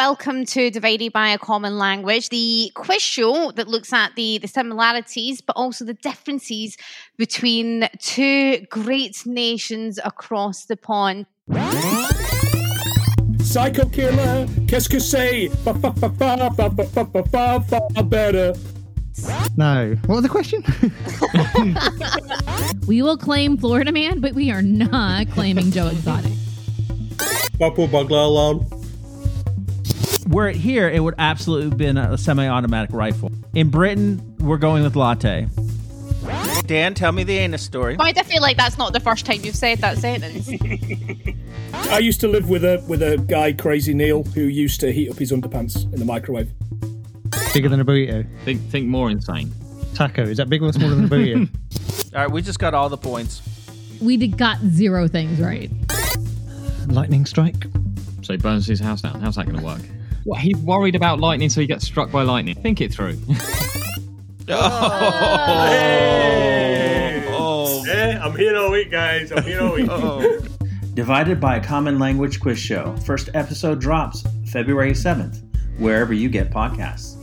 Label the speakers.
Speaker 1: Welcome to Divided by a Common Language, the quiz show that looks at the, the similarities but also the differences between two great nations across the pond.
Speaker 2: Psycho killer, qu'est-ce que c'est? Fa fa fa fa fa fa fa fa fa fa better.
Speaker 3: No. What was the question?
Speaker 4: We will claim Florida Man, but we are not claiming Joe Exotic.
Speaker 2: Purple bugler alarm.
Speaker 5: Were it here, it would absolutely have been a semi-automatic rifle. In Britain, we're going with latte. Dan, tell me the anus story.
Speaker 1: Why do I feel like that's not the first time you've said that sentence?
Speaker 2: I used to live with a with a guy, Crazy Neil, who used to heat up his underpants in the microwave.
Speaker 3: Bigger than a burrito.
Speaker 6: Think, think more insane.
Speaker 3: Taco. Is that bigger or smaller than a burrito?
Speaker 5: All right, we just got all the points.
Speaker 4: We did got zero things right.
Speaker 3: Lightning strike.
Speaker 6: So he burns his house down. How's that going to work? What? He's worried about lightning, so he gets struck by lightning. Think it through.
Speaker 7: Yeah, I'm here all week, guys. I'm here all week.
Speaker 8: Divided by a Common Language Quiz Show. First episode drops February 7th, wherever you get podcasts.